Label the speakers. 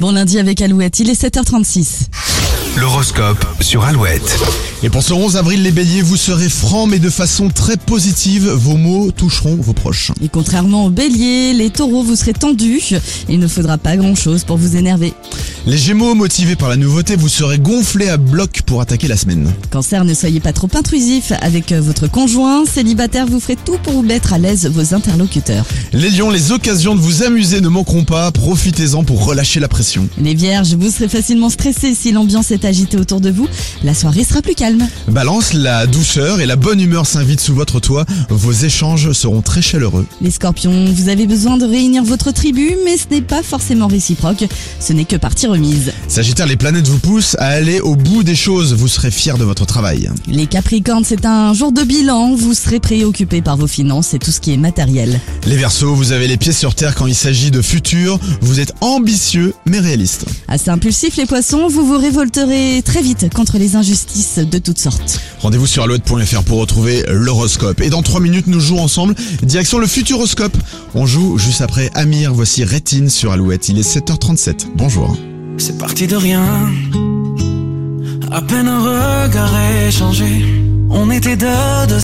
Speaker 1: Bon lundi avec Alouette, il est 7h36.
Speaker 2: L'horoscope sur Alouette.
Speaker 3: Et pour ce 11 avril, les béliers, vous serez francs mais de façon très positive. Vos mots toucheront vos proches.
Speaker 1: Et contrairement aux béliers, les taureaux, vous serez tendus. Il ne faudra pas grand-chose pour vous énerver.
Speaker 3: Les gémeaux, motivés par la nouveauté, vous serez gonflés à bloc pour attaquer la semaine.
Speaker 1: Cancer, ne soyez pas trop intrusif avec euh, votre conjoint. Célibataire, vous ferez tout pour mettre à l'aise vos interlocuteurs.
Speaker 3: Les lions, les occasions de vous amuser ne manqueront pas. Profitez-en pour relâcher la pression.
Speaker 1: Les vierges, vous serez facilement stressés si l'ambiance est agitée autour de vous. La soirée sera plus calme.
Speaker 3: Balance, la douceur et la bonne humeur s'invitent sous votre toit. Vos échanges seront très chaleureux.
Speaker 1: Les scorpions, vous avez besoin de réunir votre tribu, mais ce n'est pas forcément réciproque. Ce n'est que partie remise.
Speaker 3: Sagittaire, les planètes vous poussent à aller au bout des choses. Vous serez fiers de votre travail.
Speaker 1: Les capricornes, c'est un jour de bilan. Vous serez préoccupés par vos finances et tout ce qui est matériel.
Speaker 3: Les versos, vous avez les pieds sur terre quand il s'agit de futur. Vous êtes ambitieux mais réaliste.
Speaker 1: Assez impulsif, les poissons, vous vous révolterez très vite contre les injustices de toutes sortes.
Speaker 3: Rendez-vous sur alouette.fr pour retrouver l'horoscope. Et dans 3 minutes, nous jouons ensemble. Direction le futuroscope. On joue juste après Amir. Voici Rétine sur Alouette. Il est 7h37. Bonjour.
Speaker 4: C'est parti de rien. À peine un regard échangé. On était deux, deux